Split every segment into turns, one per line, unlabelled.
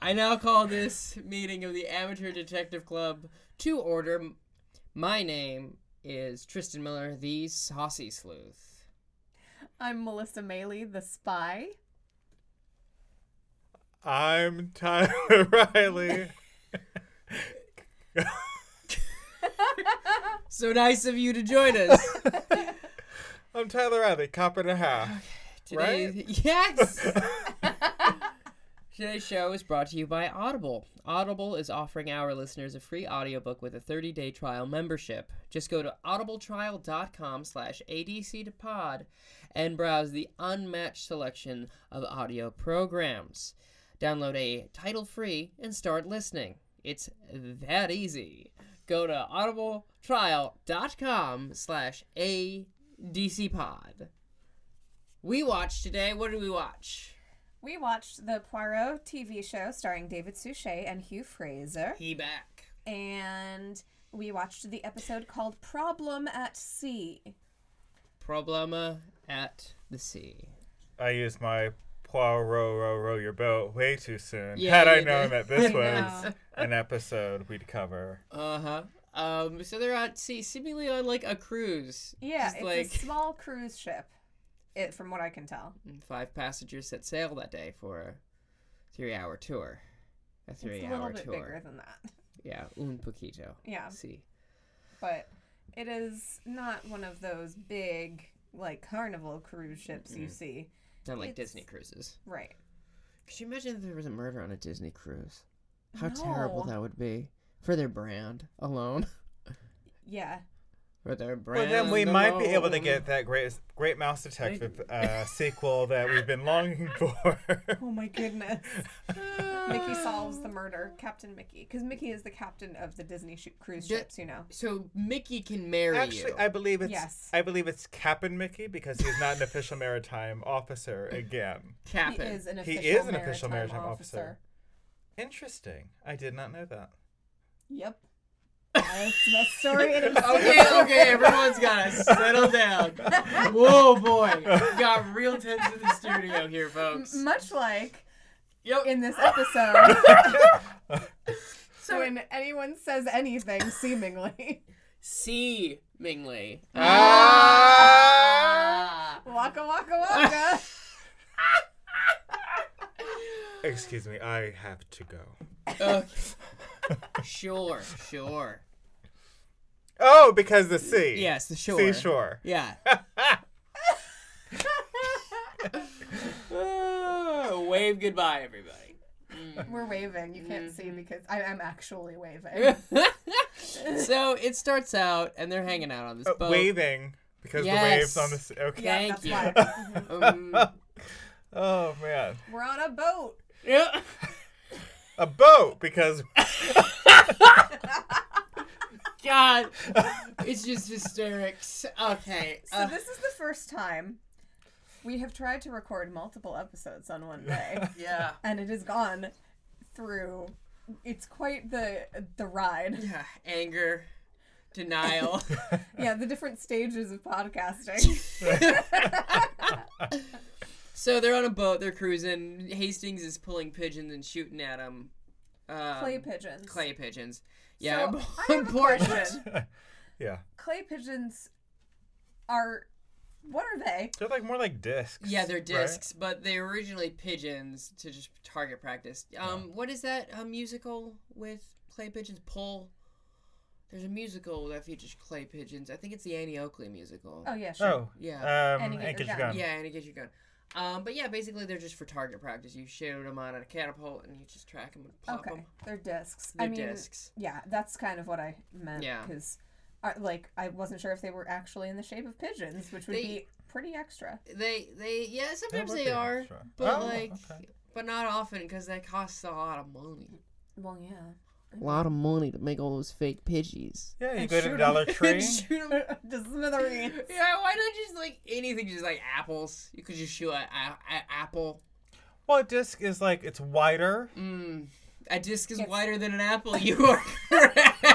I now call this meeting of the Amateur Detective Club to order. My name is Tristan Miller, the Saucy Sleuth.
I'm Melissa Maley, the spy.
I'm Tyler Riley.
So nice of you to join us.
I'm Tyler Riley, cop and a half.
Today, yes. Today's show is brought to you by Audible. Audible is offering our listeners a free audiobook with a 30-day trial membership. Just go to audibletrial.com slash adc to pod and browse the unmatched selection of audio programs. Download a title free and start listening. It's that easy. Go to audibletrial.com slash adc pod. We watched today. What did we watch?
We watched the Poirot TV show starring David Suchet and Hugh Fraser,
He back.
and we watched the episode called Problem at Sea.
Problema at the sea.
I used my Poirot row row your boat way too soon.
Yeah,
Had I
you
known
did.
that this
I
was
know.
an episode we'd cover.
Uh huh. Um, so they're at sea, seemingly on like a cruise.
Yeah,
Just
it's
like
a small cruise ship, it, from what I can tell.
five passengers set sail that day for a three-hour tour. A
It's a
three-hour
little bit
tour.
bigger Um, than that.
Yeah, un poquito.
Yeah,
See.
but it is not one of those big, like, carnival cruise ships you see.
Not like
It's-
Disney cruises.
Right.
Could you imagine if there was a murder on a Disney cruise? How
No.
terrible that would be for their brand alone.
Yeah.
for their
Well,
brand.
then we might be able to
alone.
get that great, great Mouse Detective uh, sequel that we've been longing for.
Oh my goodness. Mickey solves the murder, Captain Mickey, because Mickey is the captain of the Disney sh- cruise
Yeah.
ships, you know.
So Mickey can marry
Actually,
you.
I believe it's
Yes.
I believe it's Captain Mickey because he's not an official maritime officer again.
He
Captain.
is an
He
official,
is an official maritime officer. Interesting. I did not know that.
Yep. That's the story. in itself.
Okay, okay, everyone's gotta settle down. Whoa, boy, got real tense in the studio here, folks.
Much like
Yep.
in this episode. so when anyone says anything, seemingly,
Seemingly. Ah!
Uh. waka waka waka.
Excuse me, I have to go.
Okay. Sure, sure.
Oh, because the sea.
Yes, the shore.
Seashore.
Yeah. Oh, wave goodbye, everybody.
We're waving. You can't
Mm-hmm.
see because I am actually waving.
so it starts out, and they're hanging out on this
Uh,
boat.
Waving because the
Yes.
waves on the sea. Okay.
Yeah,
Thank
that's
you.
why. Mm-hmm.
Um,
Oh man,
We're on a boat.
yeah.
a boat because
God, it's just hysterics. Okay.
So
uh,
this is the first time we have tried to record multiple episodes on one day,
yeah.
and it has gone through. It's quite the the ride.
Yeah. Anger, denial.
Yeah, the different stages of podcasting.
so they're on a boat. They're cruising. Hastings is pulling pigeons and shooting at them. Um,
Clay pigeons.
Clay pigeons. Yeah.
So, I have a
important.
question.
yeah,
Clay pigeons are what are they?
they're like more like discs.
Yeah, they're
right?
discs, but they were originally pigeons to just target practice. Um, what is that um, musical with clay pigeons? Pull. There's a musical that features clay pigeons. I think it's the Annie Oakley musical.
Oh yeah, sure.
Oh.
Yeah.
Um,
And you get
and
your
get your
gun.
gun.
Yeah, and it gets you going. Um, but yeah, basically they're just for target practice. You shoot them on a catapult and you just track them and pop
okay,
them.
they're discs.
They're
I mean,
discs.
yeah, that's kind of what I meant.
Yeah.
because like I wasn't sure if they were actually in the shape of pigeons, which would
They-
be pretty extra.
They they yeah sometimes
would
they
be
are,
extra.
but
Oh,
like
okay.
but not often because that costs a lot of money.
Well, yeah.
A lot of money to make all those fake pigeons.
Yeah, you
And
go
shoot
to
'em.
Dollar Tree.
Shoot 'em.
Just smithereens.
Yeah, why not just like anything? Just like apples. You could just shoot a, a, a apple.
Well, a disc is like it's wider.
Mm. A disc is wider than an apple. You are correct.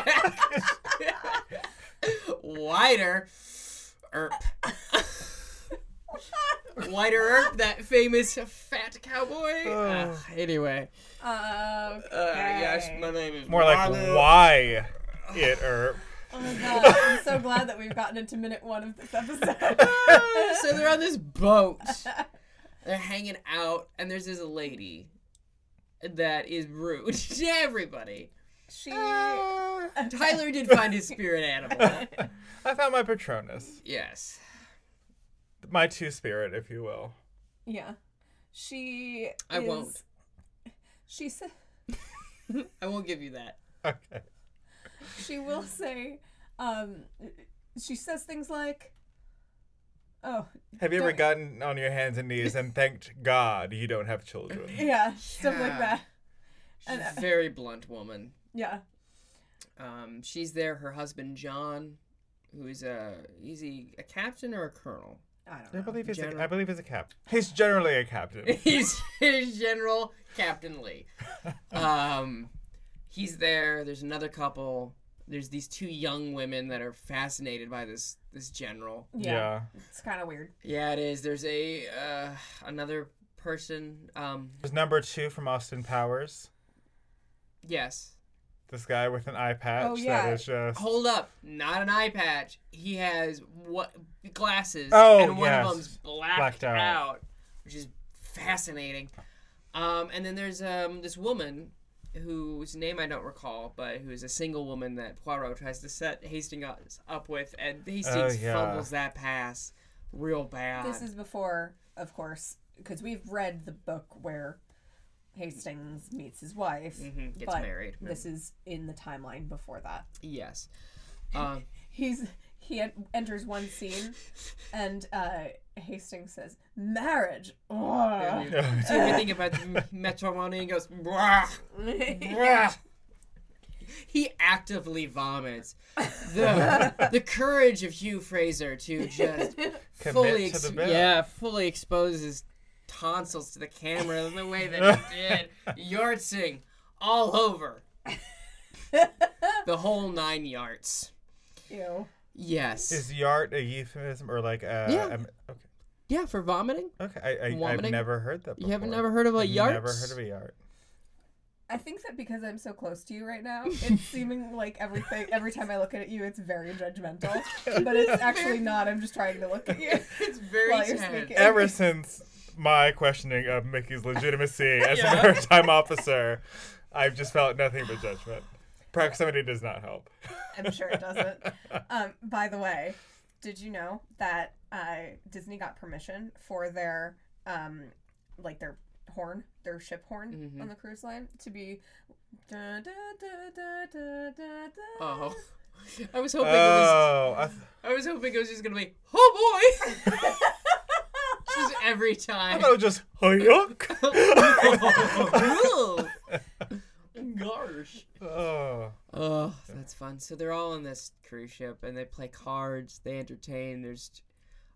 wider. Erp. Whiter Earp, that famous fat cowboy. Ah, anyway,
Uh,
uh, yes, my name is
More like
Marlon.
why it or
Oh my god, I'm so glad that we've gotten into minute one of this episode.
Ah, so they're on this boat. They're hanging out, and there's this lady that is rude to everybody.
She.
Ah. Tyler did find his spirit animal.
ah, I found my Patronus,
Yes.
my two spirit, if you will.
Yeah. She.
I
is-
won't.
She said.
I won't give you that.
Okay.
She will say. Um, she says things like. Oh
Have you ever
Don't-
gotten on your hands and knees and thanked God you don't have children?
yeah, stuff like
Yeah.
that.
She's a very blunt woman.
Yeah.
Um, she's there. Her husband John, who is a is he a captain or a colonel?
I don't
I
know.
believe he's a, I
General.
believe he's a captain. He's generally a captain.
He's he's General Captain Lee. Um, he's there. There's another couple. There's these two young women that are fascinated by this this general.
Yeah. It's kind of weird.
Yeah, it is. There's a uh, another person. Um,
There's number two from Austin Powers.
yes.
This guy with an eye patch
Oh, yeah.
that is just
Hold up, not an eye patch. He has what glasses,
Oh,
and one
yes.
of them's blacked,
Blacked out.
out. which is fascinating. Um, and then there's um, this woman whose name I don't recall, but who is a single woman that Poirot tries to set Hastings up with, and Hastings
Oh, yeah.
fumbles that pass real bad.
This is before, of course, because we've read the book where Hastings meets his wife.
Mhm, gets
but
married.
This is in the timeline before that.
yes. Um,
He's he en- enters one scene, and uh, Hastings says, "Marriage." Ugh."
so if you think about Metro he goes, "Brah."
Yeah.
he actively vomits. The, the courage of Hugh Fraser to just fully
Commit to the
ex-
bit.
yeah fully expose his tonsils to the camera in the way that he did. Yartsing all over the whole nine yards.
Ew.
Yes.
Is yart a euphemism or like a?
Yeah.
um, okay.
yeah, for vomiting.
Okay, I, I, I've
Vomiting?
never heard
You
that. Before.
haven't never heard of a
I've
yart?
Never heard of a yart.
I think that because I'm so close to you right now, it's seeming like everything. Every time I look at you, it's very judgmental, but it's actually not. I'm just trying to look at you.
It's very
While you're
sad.
speaking.
Ever since my questioning of Mickey's legitimacy as
Yeah.
a maritime officer, I've just felt nothing but judgment. Proximity does not help.
I'm sure it doesn't. Um, by the way, did you know that uh, Disney got permission for their um, like their horn, their ship horn
Mm-hmm.
on the cruise line to be da, da, da, da, da, da, da.
Oh. I was hoping it was
Oh, I th-
I was hoping it was just gonna be, oh boy! just every
I
time.
thought it was just hoyok.
Gosh.
oh,
Oh, that's fun. So they're all on this cruise ship and they play cards, they entertain. There's.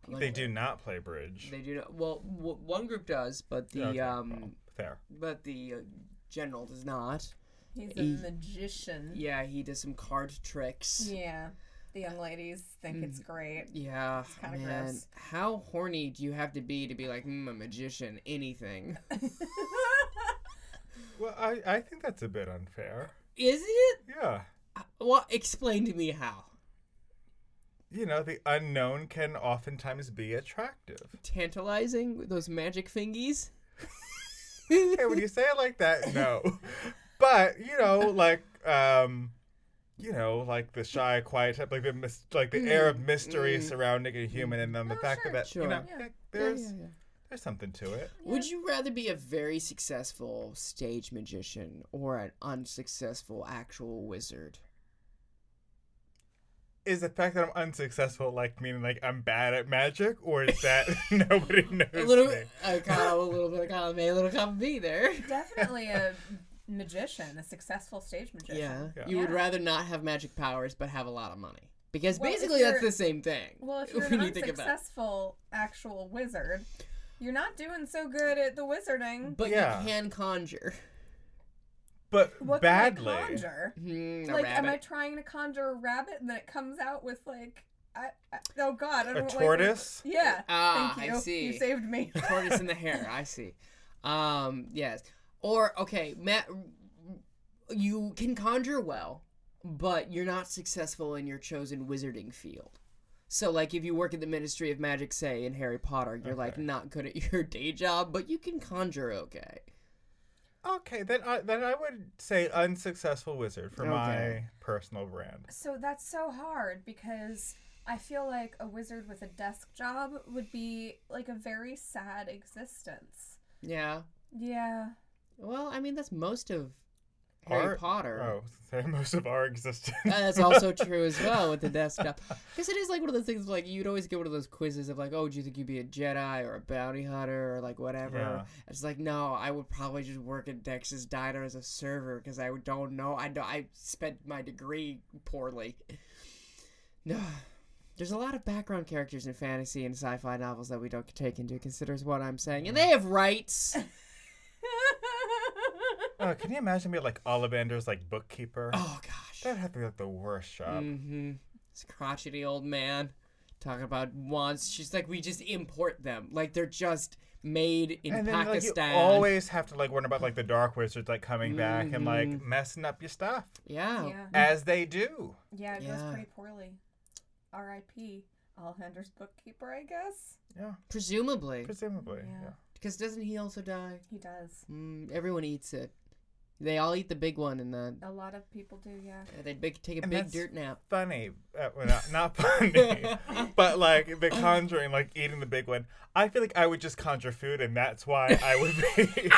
I'm like,
they do not play bridge.
They do not. Well, w- one group does, but the.
Oh, Okay, well,
um,
fair.
but the uh, general does not.
He's a
E-
magician.
Yeah, he does some card tricks.
Yeah, the young ladies think it's
Mm.
great.
Yeah,
kinda
man.
gross.
How horny do you have to be to be like mm, a magician? Anything?
Well, I, I think that's a bit unfair.
Is it?
Yeah.
Well, explain to me how.
You know, the unknown can oftentimes be attractive.
tantalizing with those magic fingies.
okay, when you say it like that, no. But you know, like um, you know, like the shy, quiet type, like the mis- like the air of mystery surrounding a human, and then the fact
sure,
that you know,
Mm, Oh, sure.
yeah, there's
Yeah, yeah, yeah.
there's something to it.
Would you rather be a very successful stage magician or an unsuccessful actual wizard?
Is the fact that I'm unsuccessful like meaning like I'm bad at magic, or is that nobody knows
A little,
me?
I got a little bit of column A, a little column B there.
Definitely a magician, a successful stage magician.
Yeah.
Yeah.
you would
Yeah.
rather not have magic powers but have a lot of money because
Well, if
basically that's
you're-
the same thing.
Well, if you're an
when you think about it.
unsuccessful actual wizard, you're not doing so good at the wizarding.
but
Yeah.
you can conjure.
But
What
badly.
can I conjure?
Hmm, a
like, am I
rabbit.
trying to conjure a rabbit and then it comes out with like I, I, oh God, I
A
don't like-
tortoise?
yeah.
Ah,
thank you.
I see.
You saved me.
tortoise in the hair. I see. Um, yes. Or okay, Matt, you can conjure well, but you're not successful in your chosen wizarding field. So, like, if you work at the Ministry of Magic, say in Harry Potter, you're like not good at your day job, but you can conjure okay.
Okay, then I then I would say unsuccessful wizard for my
Okay.
personal brand.
So that's so hard because I feel like a wizard with a desk job would be like a very sad existence.
Yeah.
Yeah.
Well, I mean, that's most of Harry
Our-
Potter.
Oh, they're most of our existence.
Uh, that's also true as well with the desktop. Because it is like one of those things like you'd always get one of those quizzes of like, oh, do you think you'd be a Jedi or a bounty hunter or like whatever?
Yeah.
It's like, no, I would probably just work at Dex's Diner as a server because I would- don't know. I, do- I spent my degree poorly. No. There's a lot of background characters in fantasy and sci-fi novels that we don't take into consideration. Is what I'm saying, and they have rights.
oh, can you imagine me like Ollivander's like bookkeeper?
Oh gosh.
That'd have to be like the worst job.
Mm-hmm. This crotchety old man talking about wants. She's like, we just import them. Like they're just made in
and then
Pakistan.
like you always have to like worry about like the dark wizards like coming back and like
Mm-hmm.
messing up your stuff
yeah.
Yeah.
as they do.
Yeah, it
Yeah.
goes pretty poorly. R.I.P. Alhender's bookkeeper, I guess.
Yeah,
Presumably.
presumably.
Yeah.
Yeah.
Because doesn't he also die?
He does.
Mm, everyone eats it. They all eat the big one and the.
A lot of people do, yeah.
They big, take a
And
big
that's-
dirt nap.
Funny, uh, well, not, not funny, but like the conjuring, like eating the big one. I feel like I would just conjure food, and that's why I would be.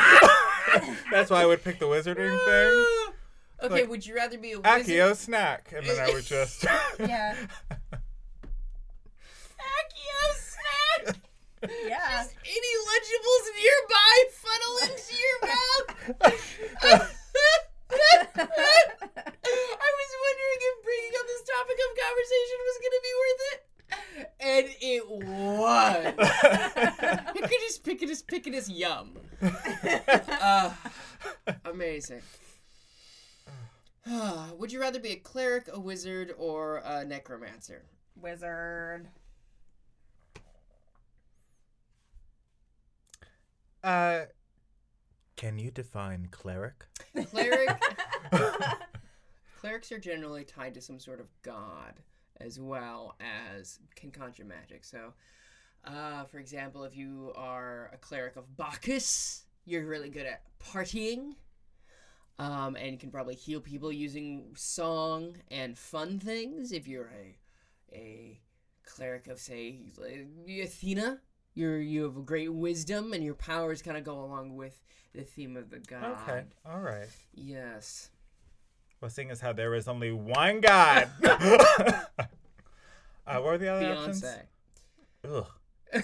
that's why I would pick the wizarding thing.
okay,
Like,
would you rather be a wizard?
Accio snack, and then I would just.
Yeah.
Accio snack!
Yeah.
Just any legibles nearby funnel into your mouth. I was wondering if bringing up this topic of conversation was going to be worth it. And it was. you could just pick it as pick it as yum. Uh, amazing. Would you rather be a cleric, a wizard, or a necromancer?
Wizard.
uh, can you define cleric?
Cleric. Clerics are generally tied to some sort of god as well as can conjure magic. So, uh, for example, if you are a cleric of Bacchus, you're really good at partying. Um, and you can probably heal people using song and fun things. If you're a a cleric of say like, Athena, you're you have great wisdom and your powers kind of go along with the theme of the god.
Okay, all right.
Yes.
Well, seeing as how there is only one God. uh, what were the other options?
Beyonce. Oh,
Ugh.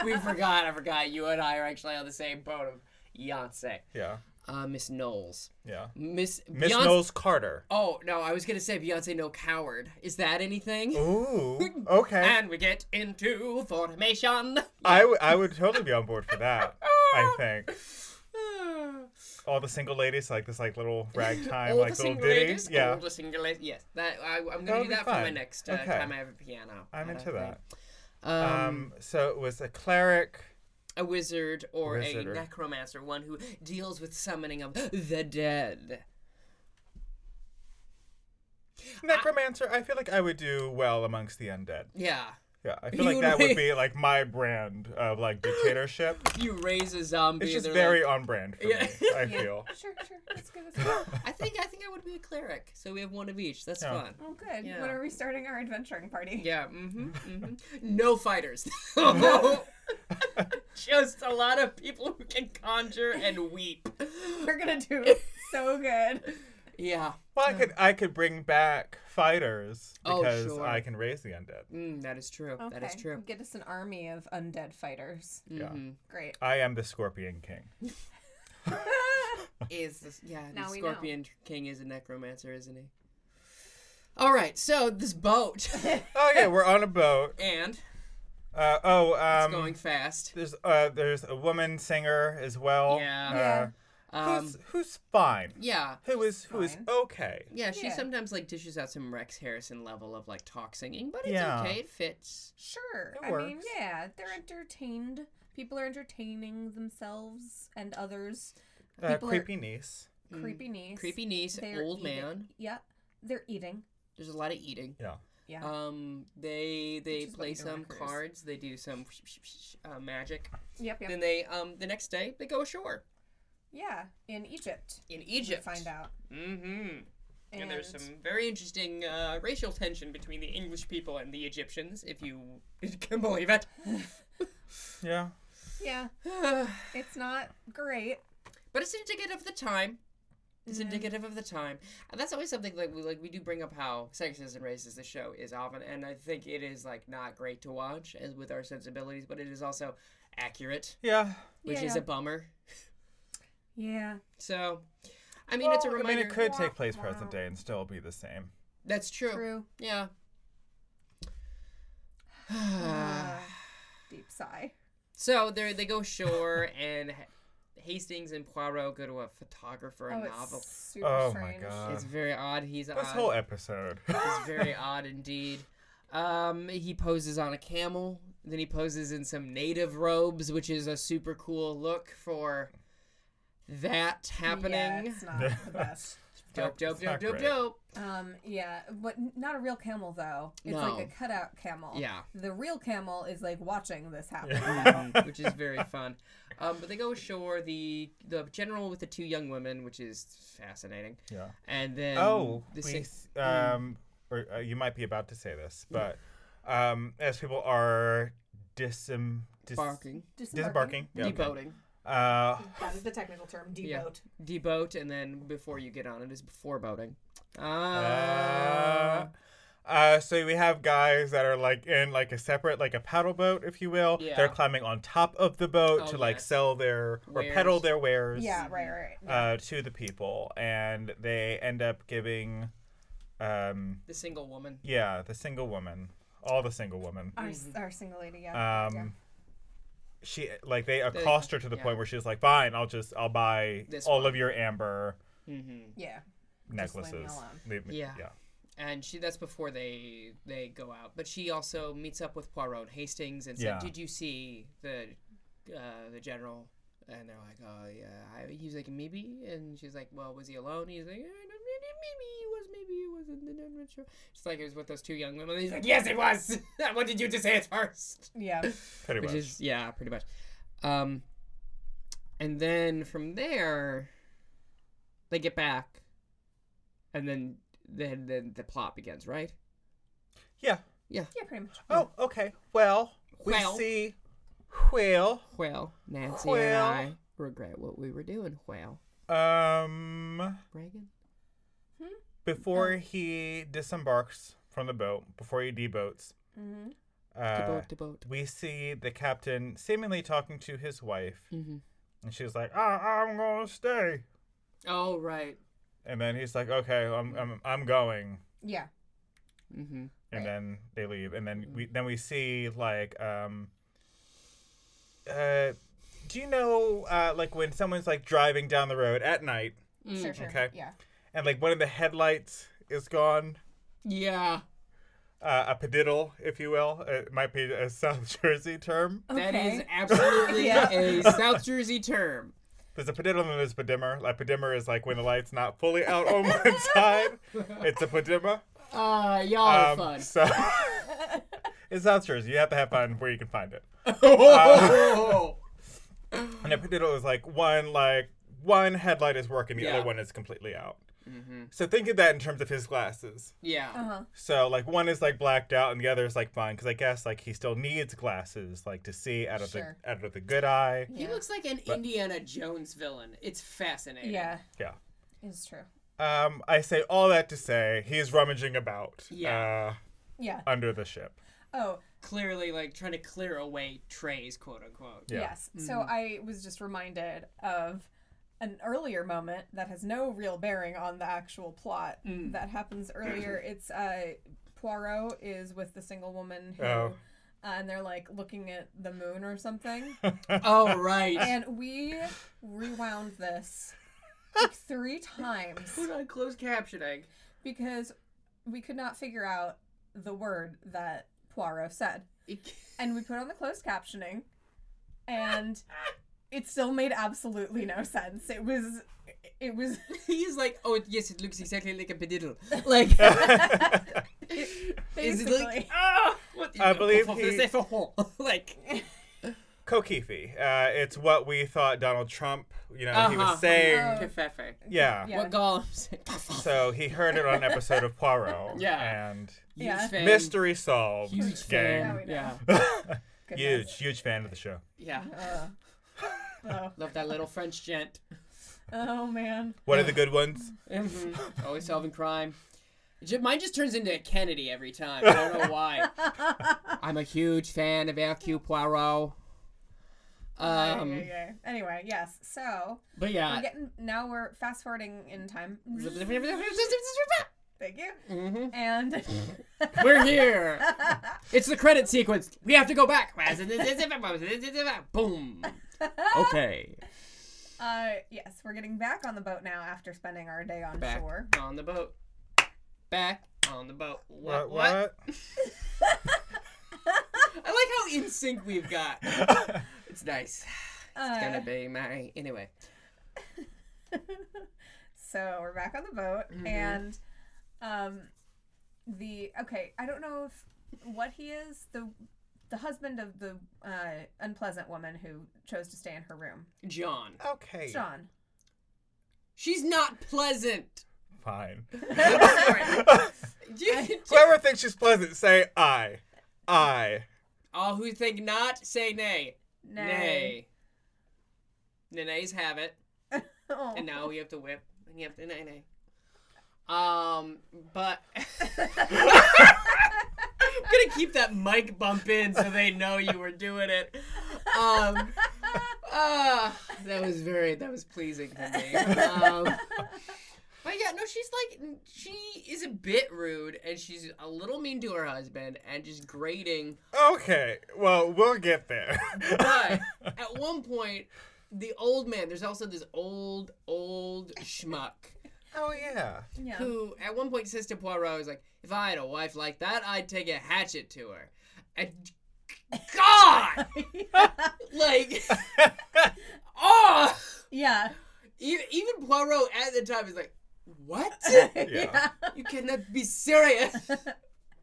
we forgot. I forgot. You and I are actually on the same boat of Beyonce.
Yeah,
Uh, Miss Knowles.
yeah.
Miss
Miss
Beyonce-
Knowles Carter.
Oh no, I was gonna say Beyonce no coward. Is that anything?
Ooh, okay.
And we get into formation. Ah!
I, w- I would totally be on board for that. I think all the single ladies like this like little ragtime
all
like
the
little
single
ditty.
ladies.
yeah,
All the single ladies. Yes, that I, I'm
That
gonna do
would be
that for my
fun.
next uh,
Okay.
time I have a piano.
I'm
I
into
don't
that.
think. Um,
Um, so it was a cleric.
a wizard or a
Wizard or-
necromancer, one who deals with summoning of the dead.
Necromancer, I feel like I would do well amongst the undead.
Yeah.
Yeah, I
You
feel like that
would-
would be like my brand of like dictatorship.
You raise a zombie.
It's just
they're
very
like-
on brand for
Yeah.
me. I feel.
Sure, sure. Let's give this a go.
I think I think I would be a cleric. So we have one of each. That's
Yeah.
fun.
Oh, good.
Yeah.
When are we starting our adventuring party?
Yeah. Mm-hmm. hmm No fighters. just a lot of people who can conjure and weep.
We're gonna do it so good.
Yeah.
Well, I could I could bring back fighters
Oh,
because
sure.
I can raise the undead.
Mm, that is true. That is true. Mm-hmm.
Get us an army of undead fighters.
Yeah,
Great.
I am the Scorpion King.
is this, yeah the
Now we know.
scorpion king is a necromancer isn't he all right so this boat
Oh yeah, we're on a boat.
and
Uh, oh,
it's
um,
going fast
there's uh, there's a woman singer as well.
Yeah.
Uh,
Yeah.
Um,
who's, who's fine?
yeah.
Who is who is
Fine.
okay?
Yeah, she
Yeah.
sometimes like dishes out some Rex Harrison level of like talk singing, but it's
Yeah.
okay. It fits.
Sure.
It
I mean,
works.
yeah, they're entertained. People are entertaining themselves and others.
Uh,
People are-
creepy niece.
Mm.
Creepy niece.
Creepy niece,
They're
old
eating-
man.
Yeah. They're eating.
There's a lot of eating.
Yeah.
Yeah.
Um, they they
is what
play
you do on a
some
cruise.
cards. They do some uh, magic.
yep, yep.
Then they um the next day they go ashore
yeah. In Egypt.
in
we
Egypt.
Find out.
Mm-hmm.
And,
And there's some very interesting uh, racial tension between the English people and the Egyptians, if you can believe it.
Yeah.
Yeah.
but
It's not great.
it's indicative of the time. It's
Yeah.
indicative of the time. And that's always something like we like we do bring up how sexist and racist the show is often, and I think it is like not great to watch as with our sensibilities, but it is also accurate,
Yeah.
which
yeah.
is a bummer.
Yeah.
So, I mean, it's a
Well,
reminder.
I mean, it could take
Wah,
place
wah.
present day and still be the same.
That's true.
True.
Yeah. Ah.
Uh, deep sigh.
So they they go ashore, and H- Hastings and Poirot go to a photographer
Oh,
and novel.
it's Uh, super
Oh my
strange.
God.
It's very odd. He's
This
odd.
whole episode.
it's very odd indeed. Um, he poses on a camel. Then he poses in some native robes, which is a super cool look for that happening.
Yeah, it's not the best.
Dope, dope,
It's not
dope, dope,
great.
dope.
Um, yeah, but n- not a real camel though. It's like a
No.
cutout camel.
Yeah.
The real camel is like watching this happen.
Mhm, which is very fun. Um, but they go ashore. The the general with the two young women, which is fascinating.
Yeah.
And then
oh,
the
we,
six- mm.
s- um, or uh, you might be about to say this, but um, as people are disem, dis,
barking,
disembarking, yeah, okay.
deboating.
Uh,
That is the technical term, deboat.
Yeah. deboat and then before you get on it is before boating.
uh,
Ah.
uh, so we have guys that are like in like a separate like a paddle boat, if you will.
Yeah.
They're climbing on top of the boat
Oh,
to like
yes.
sell their or
Wares.
peddle their wares.
Yeah, right, right. right.
Uh, to the people, and they end up giving, um,
the single woman.
yeah, the single woman, all the single woman.
our, s-
Mm-hmm.
our single lady, yeah.
um
Uh, yeah.
she like they accost her to the point where she's like fine i'll just i'll buy
This
all of your amber
Mm-hmm.
Yeah. leave me
necklaces
alone.
Leave me-
Yeah. And she that's before they they go out. But she also meets up with Poirot and Hastings and said,
Yeah.
"Did you see the uh, the general?" And they're like, "Oh yeah." I, he's like, "Maybe," and she's like, "Well, was he alone?" He's like, "Eh, no, "Maybe he was. Maybe he wasn't. I'm not sure." She's like, "It was with those two young women." And he's like, "Yes, it was. I wanted you to say it first.
Yeah.
pretty
which
much
is yeah pretty much um and then from there they get back and then then then the plot begins right
yeah
Yeah, pretty much.
oh okay well we
Well.
see well
well nancy
Well.
and i regret what we were doing well
um
reagan
before he disembarks from the boat before he deboats
Mm-hmm.
uh,
Deboat, deboat.
we see the captain seemingly talking to his wife
Mhm.
and she's like I- i'm gonna stay
oh right
and then he's like okay i'm, I'm, I'm going
Yeah.
mm-hmm
and then they leave and then we then we see like um uh do you know uh like when someone's like driving down the road at night
Sure, sure.
Okay.
Yeah.
and like one of the headlights is gone
yeah
uh, a pediddle if you will it might be a south jersey term
that is
Okay.
absolutely
Yeah.
a south jersey term
there's a pediddle and there's a pedimmer like pedimmer is like when the light's not fully out on one side it's a pedimmer
uh y'all are fun
Um, so it's south jersey you have to have fun where you can find it uh,
oh
And a pediddle is like one like one headlight is working, the
Yeah. Mm-hmm.
other one is completely out. So think of that in terms of his glasses.
yeah
Uh-huh.
So like one is like blacked out and the other is like fine because I guess like he still needs glasses like to see out of
Sure.
the out of the good eye.
He
Yeah.
looks like an Indiana Jones villain. It's fascinating.
Yeah.
Yeah.
It's true.
Um, I say all that to say he's rummaging about
Yeah.
Yeah.
uh, under the ship.
Oh,
Clearly, like, trying to clear away trays, quote unquote.
Yeah.
Yes. So I was just reminded of an earlier moment that has no real bearing on the actual plot that happens earlier. it's uh, Poirot is with the single woman who
Oh.
uh, and they're like looking at the moon or something.
Oh right.
and we rewound this like three times
Put on closed captioning.
because we could not figure out the word that Poirot said. And we put on the closed captioning, and it still made absolutely no sense. It was, it was,
He's like, oh yes, it looks exactly like a pediddle. Like,
it,
is it
basically.
like? Ah, what,
I believe he-
like,
Kokifi. Uh, it's what we thought Donald Trump, you know, he
Uh-huh.
was saying.
Oh.
Kefefe.
yeah.
Yeah.
What Gollum said.
So he heard it on an episode of Poirot.
Yeah.
And
Huge
Yeah.
fan.
mystery solved.
Huge
Now
fan.
we know.
Yeah.
huge, huge fan of the show.
Yeah.
Uh, oh,
Love that little French gent.
oh man.
What are the good ones?
Always solving crime. Ju- Mine just turns into Kennedy every time. I don't know why. I'm a huge fan of Hercule Poirot.
Yeah, yeah,
Um,
yeah. Anyway, yes. So
but
we're
yeah.
getting now we're fast forwarding in time. Thank you.
Mhm.
And uh,
We're here. It's the credit sequence. We have to go back. Boom. Okay.
uh, yes, we're getting back on the boat now after spending our day on
Back
shore.
on the boat. Back on the boat. What?
What?
What?
What?
I like how in sync we've got. It's nice.
Uh,
Gonna be my anyway.
so we're back on the boat
Mm-hmm.
and um the okay, I don't know if what he is the the husband of the uh, unpleasant woman who chose to stay in her room.
John.
okay.
John.
She's not pleasant.
Fine.
Do-
Whoever thinks she's pleasant, say I. I.
All who think not, say nay.
Nay.
Nay. The nays have it.
Oh.
And now we have to whip. And you have to nay nay. Um, but I'm gonna keep that mic bump in so they know you were doing it. Um, uh, that was very that was pleasing to me. Um, but yeah, no, she's like she is a bit rude and she's a little mean to her husband and just grating.
Okay. Well, we'll get there.
But at one point, the old man. There's also this old old schmuck.
oh yeah.
yeah.
who at one point says to Poirot, "Is like, if I had a wife like that, I'd take a hatchet to her." And God, like, oh,
yeah.
even, even Poirot at the time is like, "What?
Yeah.
You cannot be serious."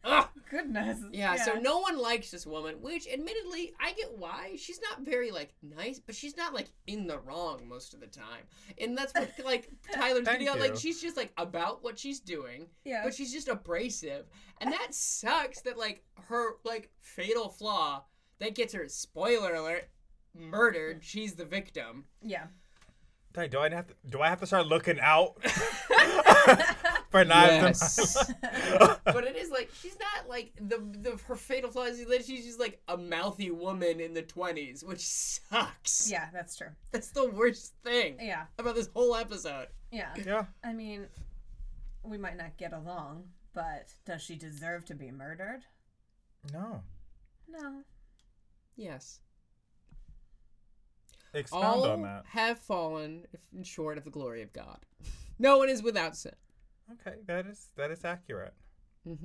Ugh.
Goodness.
Yeah, so no one likes this woman, which admittedly, I get why. She's not very, like, nice, but she's not, like, in the wrong most of the time. And that's what, like, Tyler's
Thank
video, like,
you.
she's just, like, about what she's doing,
Yeah.
but she's just abrasive. And that sucks that, like, her, like, fatal flaw that gets her, spoiler alert, murdered. She's the victim.
Yeah.
Dang, do I have to? Do I have to start looking out for knives?
but it is like she's not like the the her fatal flaw is that she's just like a mouthy woman in the twenties, which sucks.
Yeah, that's true.
That's the worst thing
Yeah.
about this whole episode.
Yeah.
Yeah.
I mean, we might not get along, but does she deserve to be murdered?
No.
No.
Yes.
Expound on
All
that.
have fallen f- short of the glory of God. No one is without sin.
Okay, that is that is accurate.
All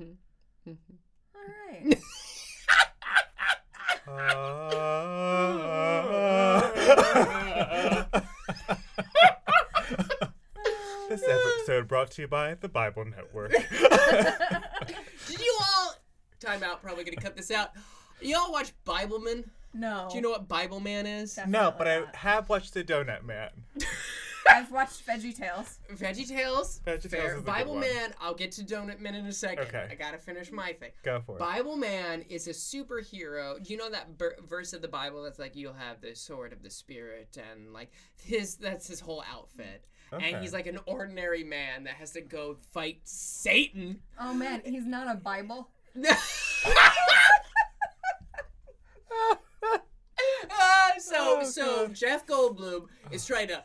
right.
Uh, this episode brought to you by the Bible Network.
Did you all time out, probably gonna cut this out. Y'all watch Bibleman?
No.
Do you know what Bibleman is?
no, but I
Definitely
have watched The Donut Man.
not. I've watched Veggie Tales.
Veggie Tales.
VeggieTales is a good
Bible
one.
Man. I'll get to Donut Man in a second.
Okay.
I gotta finish my thing.
Go for it.
Bible Man is a superhero. You know that ber- verse of the Bible that's like, "You'll have the sword of the spirit," and like his that's his whole outfit. And
Okay.
he's like an ordinary man that has to go fight Satan.
Oh man, he's not a Bible.
Ah, so
Oh,
so
God.
Jeff Goldblum is trying to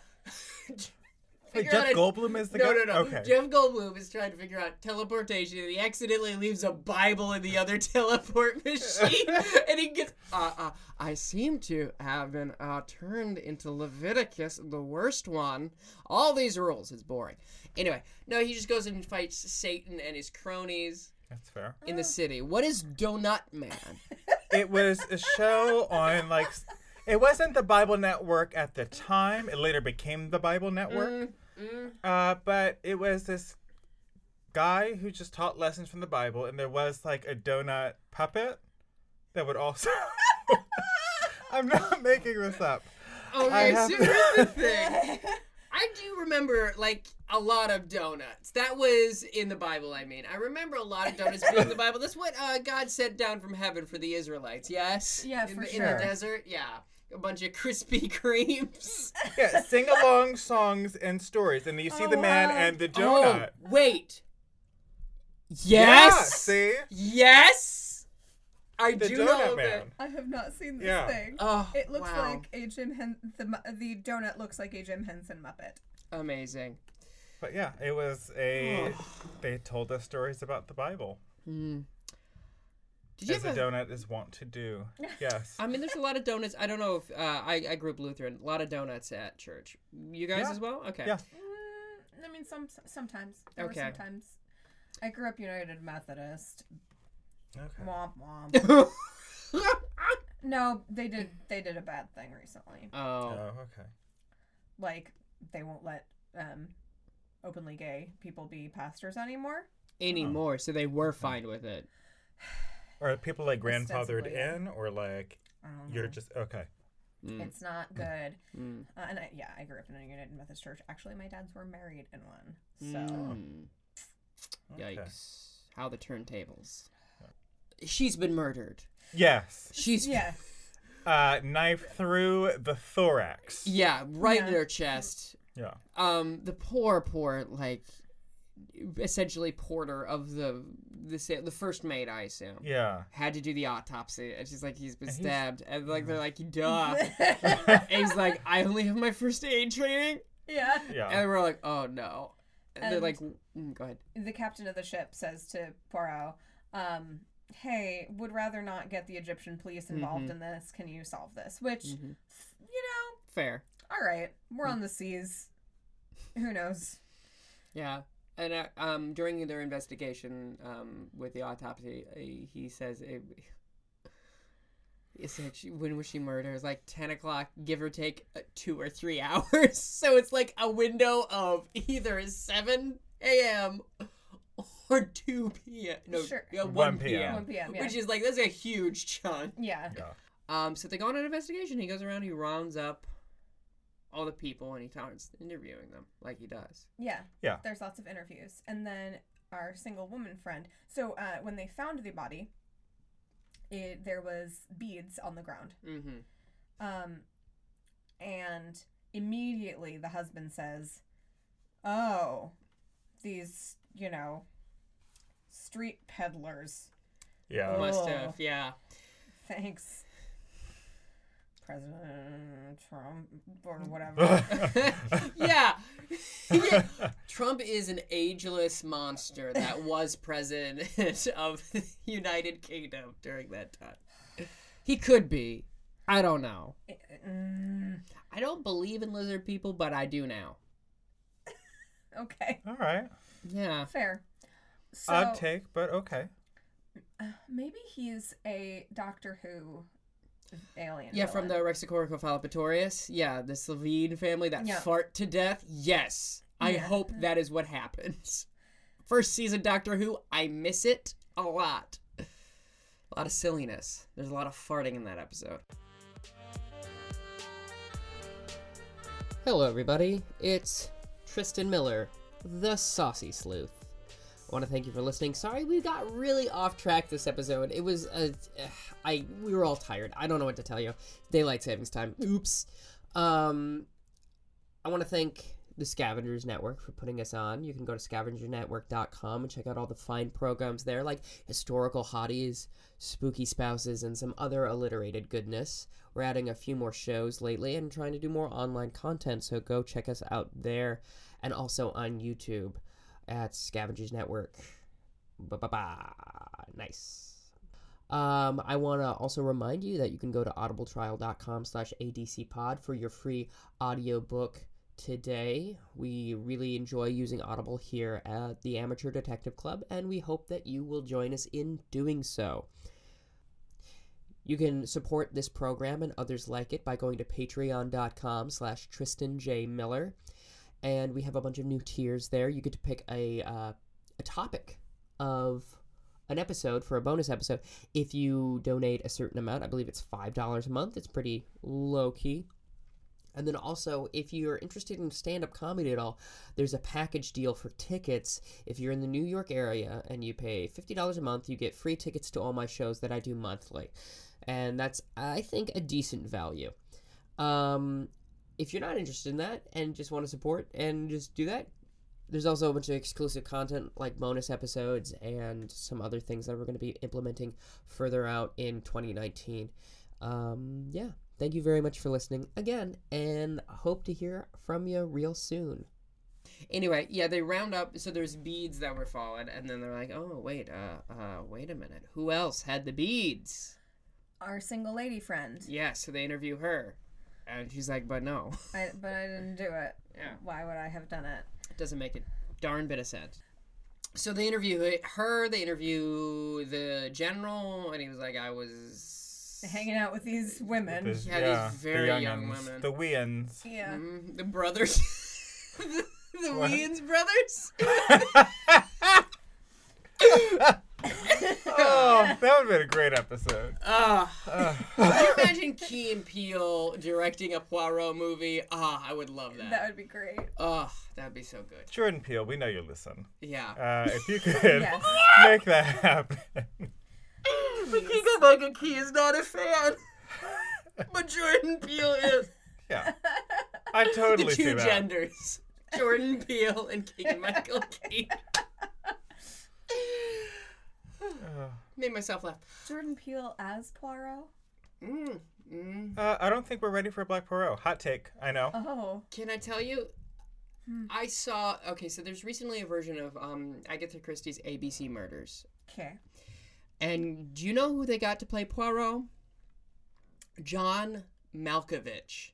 figure
Jeff
out. a-
Goldblum is the
no, no,
guy.
no.
Okay.
Jeff Goldblum is trying to figure out teleportation, and he accidentally leaves a Bible in the other teleport machine, and he gets. Uh, uh, I seem to have been uh, turned into Leviticus, the worst one. All these rules is boring. Anyway, no, he just goes and fights Satan and his cronies
That's fair.
in the city. What is Donut Man?
It was a show on like. s- It wasn't the Bible Network at the time. It later became the Bible Network.
Mm,
Uh, but it was this guy who just taught lessons from the Bible, and there was like a donut puppet that would also. I'm not making this up. I
Okay,
have-
so here's the Oh, thing. I do remember like a lot of donuts. That was in the Bible. I mean, I remember a lot of donuts being in the Bible. That's what uh, God sent down from heaven for the Israelites. Yes.
Yeah,
in
for
the, In
sure.
the desert, yeah, a bunch of Krispy Kremes.
Yeah, sing along songs and stories, and you see
Oh,
the man
wow.
and the
Oh,
donut.
wait.
Yeah,
Yes.
see
yes. I
the
do know
donut man.
I have not seen this
Yeah.
thing.
that. Oh,
It looks
wow.
like a Jim Hen- the mu- the donut looks like a Jim Henson Muppet.
amazing.
But yeah, it was a. They told us stories about the Bible,
Did you
as
ever?
a donut is wont to do. Yes.
I mean, there's a lot of donuts. I don't know if uh, I, I grew up Lutheran. A lot of donuts at church. You guys
Yeah.
as well? Okay.
Yeah.
Mm, I mean, some sometimes. There
Okay.
Were sometimes. I grew up United Methodist.
Okay.
Womp womp. no, they did. They did a bad thing recently.
Oh,
oh.
okay.
Like they won't let um, openly gay people be pastors anymore.
Anymore. So they were fine with it.
Or people like grandfathered
Ostensibly, yeah.
in, or like
I don't know.
you're just okay.
Mm.
It's not good.
Mm.
Uh, and I, yeah, I grew up in a United Methodist church. Actually, my dads were married in one. So
Mm.
Okay.
Yikes. How the turntables. She's been murdered.
Yes.
She's. Yeah,
yeah,
Uh, knife through the thorax.
right in
Yeah.
her chest.
Yeah.
Um, the poor, poor, like, essentially porter of the the, sa- the first mate, I assume.
Yeah.
Had to do the autopsy, and she's like, he's been
And he's-
stabbed, and like they're like, duh. And he's like, I only have my first aid training.
yeah.
Yeah.
And we're like, oh no. And, they're
And-
like, mm, go ahead.
the captain of the ship says to Poirot, um, "Hey, would rather not get the Egyptian police involved in this. Can you solve this?" Which,
Mhm.
you know,
Fair.
all right, we're on the seas. Who knows?
Yeah. And uh, um, during their investigation um, with the autopsy, uh, he says it. It's like she, when was she murdered? It was like ten o'clock, give or take uh, two or three hours. So it's like a window of either seven a.m. or two p.m. No,
Sure.
yeah, one,
1
p.m.
Yeah.
One p.m. Yeah.
Which is like that's a huge chunk.
yeah.
Yeah.
Um, so they go on an investigation. He goes around, he rounds up all the people, and he starts interviewing them like he does.
Yeah.
Yeah.
There's lots of interviews. And then our single woman friend. So uh, when they found the body, it, there was beads on the ground.
Mm-hmm.
Um, and immediately the husband says, "Oh, these, you know, street peddlers.
Yeah.
Oh.
Must have, yeah.
Thanks, President Trump or whatever."
yeah. yeah. Trump is an ageless monster that was president of the United Kingdom during that time. He could be. I don't know.
Mm,
I don't believe in lizard people, but I do now.
okay,
All right.
Yeah.
fair. So
Odd take, but okay.
maybe he's a Doctor Who alien.
Yeah, from the
villain.
Rexicorico fallopitorius. Yeah, the Slovene family that
Yeah.
fart to death. Yes. I
Yeah.
hope that is what happens. First season Doctor Who, I miss it a lot. A lot of silliness. There's a lot of farting in that episode. Hello, everybody. It's Tristan Miller, the Saucy Sleuth. I want to thank you for listening. Sorry, we got really off track this episode. It was, uh, I we were all tired. I don't know what to tell you. Daylight savings time. Oops. Um, I want to thank the Scavengers Network for putting us on. You can go to scavengernetwork.com and check out all the fine programs there, like historical hotties, spooky spouses, and some other alliterated goodness. We're adding a few more shows lately and trying to do more online content, so go check us out there and also on YouTube at Scavengers Network. Ba ba ba. Nice. Um, I want to also remind you that you can go to audibletrial.com slash adcpod for your free audiobook today. We really enjoy using Audible here at the Amateur Detective Club, and we hope that you will join us in doing so. You can support this program and others like it by going to patreon.com slash Tristan J. Miller. And we have a bunch of new tiers there. You get to pick a, uh, a topic of an episode for a bonus episode if you donate a certain amount. I believe it's $5 a month. It's pretty low key. And then also, if you're interested in stand up comedy at all, there's a package deal for tickets. If you're in the New York area and you pay $50 a month, you get free tickets to all my shows that I do monthly. And that's, I think, a decent value. Um, if you're not interested in that and just want to support and just do that, there's also a bunch of exclusive content like bonus episodes and some other things that we're going to be implementing further out in 2019. Um, yeah, thank you very much for listening again, and hope to hear from you real soon. Anyway, yeah, they round up. So there's beads that were fallen, and then they're like, "Oh, wait, uh, uh, wait a minute. Who else had the beads?"
Our single lady friend.
Yeah, so they interview her, and she's like, "But no,
I, but I didn't do it.
Yeah.
Why would I have done it?
doesn't make a darn bit of sense. So they interview eh, her, they interview the general, and he was like, I was
Hanging out with these women.
There's-
Yeah, these very young
young'uns.
women.
The weans.
yeah.
Mm, the brothers. the the
What?
Wayans brothers.
oh, that would have been a great episode.
Ugh.
Ugh.
Can you imagine Key and Peele directing a Poirot movie? Ah, I would love that.
That would be great.
Ugh, that'd be so good.
Jordan Peele, we know you listen.
Yeah.
Uh, if you could
Yes.
make that happen.
Kiko Michael Key is not a fan. but Jordan Peele is.
Yeah. I totally
the
see
two
that.
genders Jordan Peele and Keegan Michael Key.
Uh,
Made myself laugh.
Jordan Peele as Poirot.
Mm, mm.
uh, I don't think we're ready for Black Poirot. Hot take. I know.
Oh.
Can I tell you? I saw. Okay, so there's recently a version of um, Agatha Christie's ABC Murders.
Okay.
And do you know who they got to play Poirot? John Malkovich.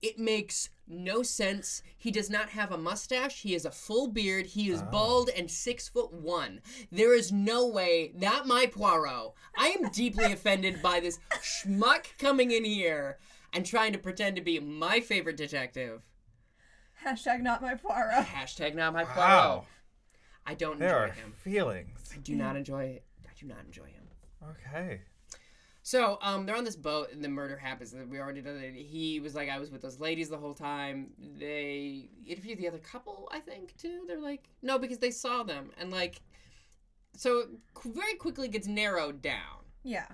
It makes no sense. He does not have a mustache. He has a full beard. He
Oh.
is bald and six foot one. There is no way. Not my Poirot. I am deeply offended by this schmuck coming in here and trying to pretend to be my favorite detective.
Hashtag not my Poirot.
Hashtag not my Poirot.
Wow.
I don't
There are
enjoy him.
feelings.
I do not enjoy I do not enjoy him.
Okay.
So, um, they're on this boat, and the murder happens. We already know that he was like, I was with those ladies the whole time. They interviewed the other couple, I think, too. They're like, no, because they saw them, and like, so it qu- very quickly gets narrowed down.
Yeah.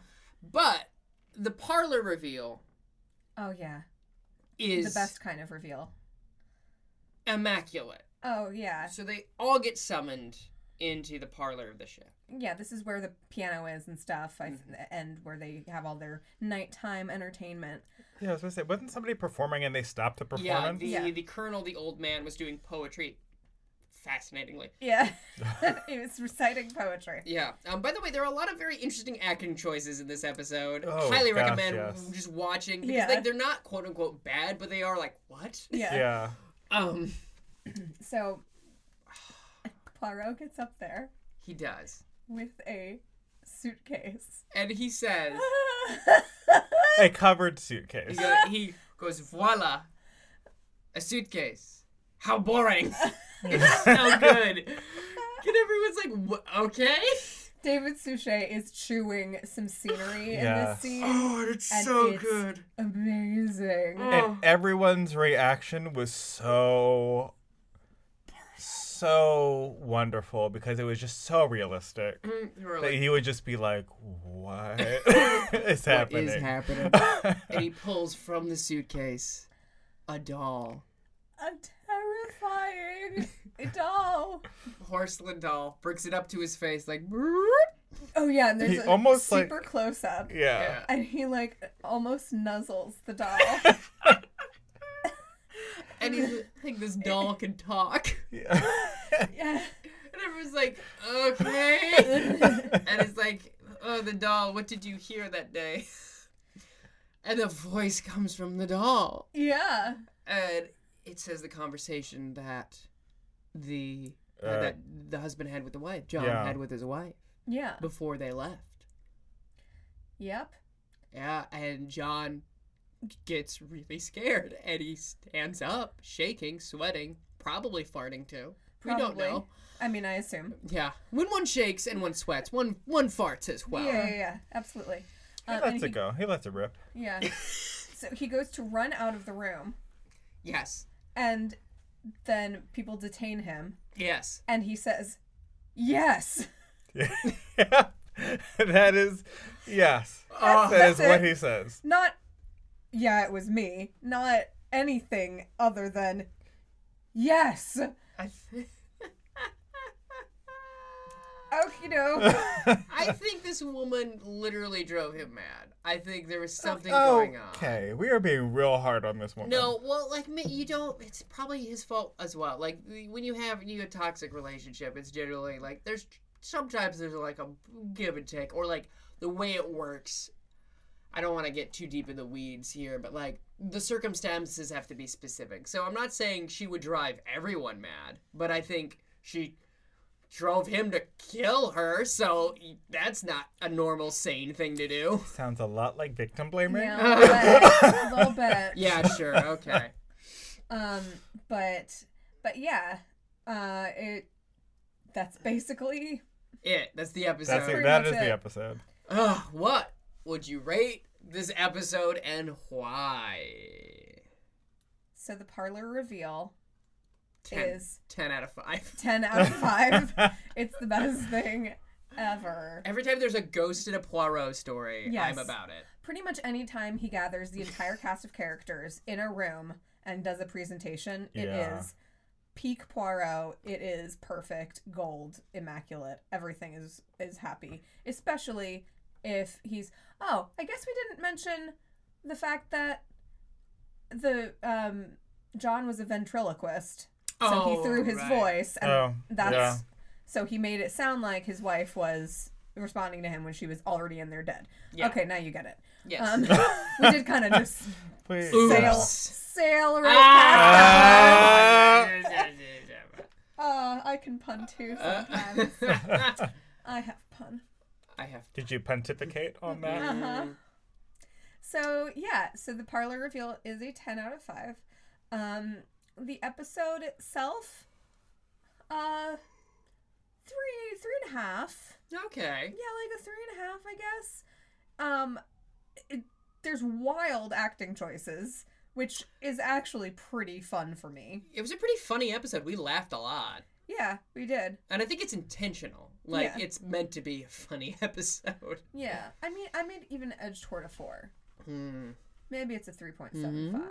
But the parlor reveal
Oh yeah.
is
the best kind of reveal.
immaculate.
Oh yeah.
So they all get summoned into the parlor of the ship.
Yeah, this is where the piano is and stuff, I,
Mm-hmm.
and where they have all their nighttime entertainment.
Yeah, I was gonna say, wasn't somebody performing and they stopped the
Yeah,
performance?
the
Yeah.
the colonel, the old man, was doing poetry, fascinatingly.
Yeah. it was reciting poetry.
Yeah. Um, by the way, there are a lot of very interesting acting choices in this episode.
Oh,
Highly
gosh,
recommend
yes.
just watching because
Yeah.
like they're not quote unquote bad, but they are like what?
Yeah.
Yeah.
Um,
So Poirot gets up there
he does,
with a suitcase.
and he says
A covered
he,
suitcase.
go, he goes voila, a suitcase. How boring! it's so good. And everyone's like, "Wha- okay.
David Suchet is chewing some scenery in this
Yes.
scene.
Oh, and it's
And so it's- good. Amazing.
Oh, Mm.
And everyone's reaction was so so wonderful because it was just so realistic.
mm-hmm.
That he would just be like, What is
what
happening?
is happening? and he pulls from the suitcase a doll.
A terrifying darling, a doll.
Horse Lindahl brings it up to his face like.
Oh yeah, and there's
He
a
almost, like-
super close up,
Yeah.
and he like almost nuzzles the doll.
And he's like, this doll can talk.
Yeah.
yeah,
And everyone's like, okay. and it's like, oh, the doll, what did you hear that day? And the voice comes from the doll.
yeah.
And it says the conversation that the uh,
Uh,
that the husband had with the wife, John
yeah.
had with his wife
Yeah.
before they left.
Yep.
Yeah, and John gets really scared and he stands up, shaking, sweating, probably farting too. We don't
Probably.
know.
I mean, I assume.
Yeah, when one shakes and one sweats, one one farts as well.
Yeah, yeah, yeah. Absolutely.
He
Um,
lets
and
it
he-
go. He lets it rip.
Yeah. so he goes to run out of the room,
Yes,
and then people detain him,
yes.
and he says, "Yes."
Yeah. that is, yes.
Oh,
that is
that's
what
it.
he says.
Not, yeah, it was me. Not anything other than, yes.
I, th-
Okie doke.
I think this woman literally drove him mad. I think there was something going on.
okay, we are being real hard on this woman.
No, well, like ma- you don't. It's probably his fault as well. Like when you have you have a toxic relationship, it's generally like there's sometimes there's like a give and take, or like the way it works. I don't want to get too deep in the weeds here, but like the circumstances have to be specific. So I'm not saying she would drive everyone mad, but I think she drove him to kill her. So that's not a normal sane thing to do.
Sounds a lot like victim blaming.
Yeah, a little bit. A little bit.
Yeah, sure, okay.
Um, but but yeah, uh, it. That's basically
It. That's the episode.
That's it.
Pretty
That
much
is the
it.
episode.
Ugh, what would you rate this episode and why?
so the parlor reveal
Ten.
is
10 out of 5.
10 out of 5. it's the best thing ever.
Every time there's a ghost in a Poirot story, I'm
Yes.
about it.
Pretty much any time he gathers the entire cast of characters in a room and does a presentation,
Yeah.
it is peak Poirot. It is perfect, gold, immaculate. Everything is is happy, especially if he's Oh, I guess we didn't mention the fact that the um John was a ventriloquist. So
Oh,
he threw his
right.
voice and
Oh,
that's
yeah.
so he made it sound like his wife was responding to him when she was already in there dead.
Yeah.
Okay, now you get it.
Yes.
Um, we did kind of just
Please.
Ooh.
sail
Oops.
sail right past
Ah!
that. Uh, I can pun too
Uh. Ah.
sometimes. I have pun.
I have.
Did you pontificate on that?
Uh-huh.
Mm.
So yeah, so the parlor reveal is a ten out of five. Um, the episode itself, uh, three three and a half.
Okay.
Yeah, like a three and a half, I guess. Um, it, there's wild acting choices, which is actually pretty fun for me.
It was a pretty funny episode. We laughed a lot.
Yeah, we did.
And I think it's intentional. Like,
Yeah.
it's meant to be a funny episode.
Yeah, I mean, I made even edge toward a four.
Hmm.
Maybe it's a three
Mm.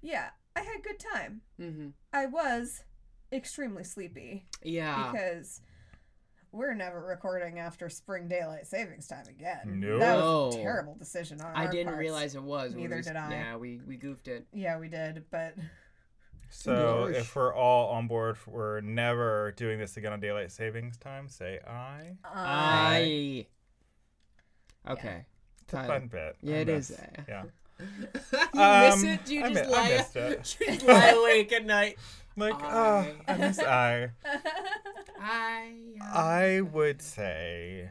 Yeah, I had a good time.
Mm-hmm.
I was extremely sleepy
Yeah.
because we're never recording after spring daylight savings time again.
No.
That was a
No.
terrible decision on
I
our
didn't
parts.
realize it was. when we
Neither
was-
did I.
Yeah, we, we goofed it.
Yeah, we did, but
So
Gosh.
if we're all on board, for we're never doing this again on daylight savings time. Say I.
Ah.
uh,
I. Okay.
Fun bit.
Yeah,
I
it is.
miss-
uh,
Yeah.
you miss
Um,
it? You
I
just
mi- I
lie.
missed it.
you just lie awake at night.
Like,
I-
oh, I miss I.
uh,
I. uh,
I would say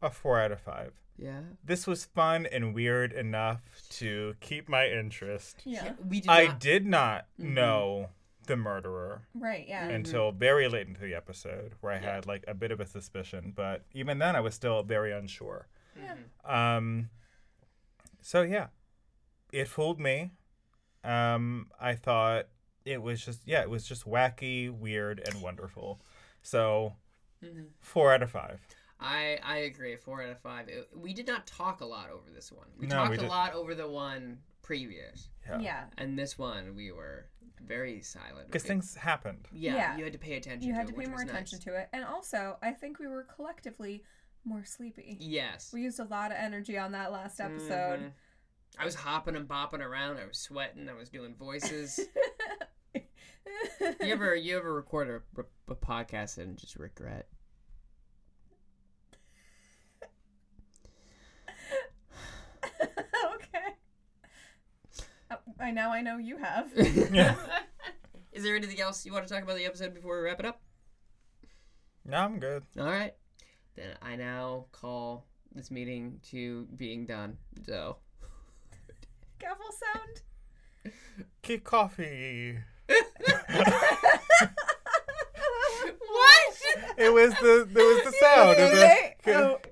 a four out of five.
yeah.
This was fun and weird enough to keep my interest.
yeah.
We did
I
not. Mm-hmm.
did not know the murderer
Right, yeah.
until very late into the episode, where I had like a bit of a suspicion, but even then I was still very unsure.
Mm-hmm.
Yeah.
Um, so yeah, it fooled me. Um, I thought it was just yeah, it was just wacky, weird, and wonderful. So
Mm-hmm.
four out of five.
I I agree. Four out of five. It- we did not talk a lot over this one. We
No,
talked
we
a
did-
lot over the one previous,
Yeah.
yeah.
and this one we were very silent.
Because
We-
things happened.
yeah,
Yeah.
you had to pay attention.
You
to
had
it,
to pay
which
more
was
attention
nice.
to it. And also, I think we were collectively more sleepy.
Yes.
We used a lot of energy on that last episode.
Mhm. I was hopping and bopping around. I was sweating. I was doing voices. you ever you ever record a, r- a podcast and just regret?
okay. Uh, I now I know you have.
Is there anything else you want to talk about the episode before we wrap it up?
No, I'm good.
All right. Then I now call this meeting to being done. So.
Gavel sound.
Keep coffee.
what?
It was the there was the sound. of the-
Oh,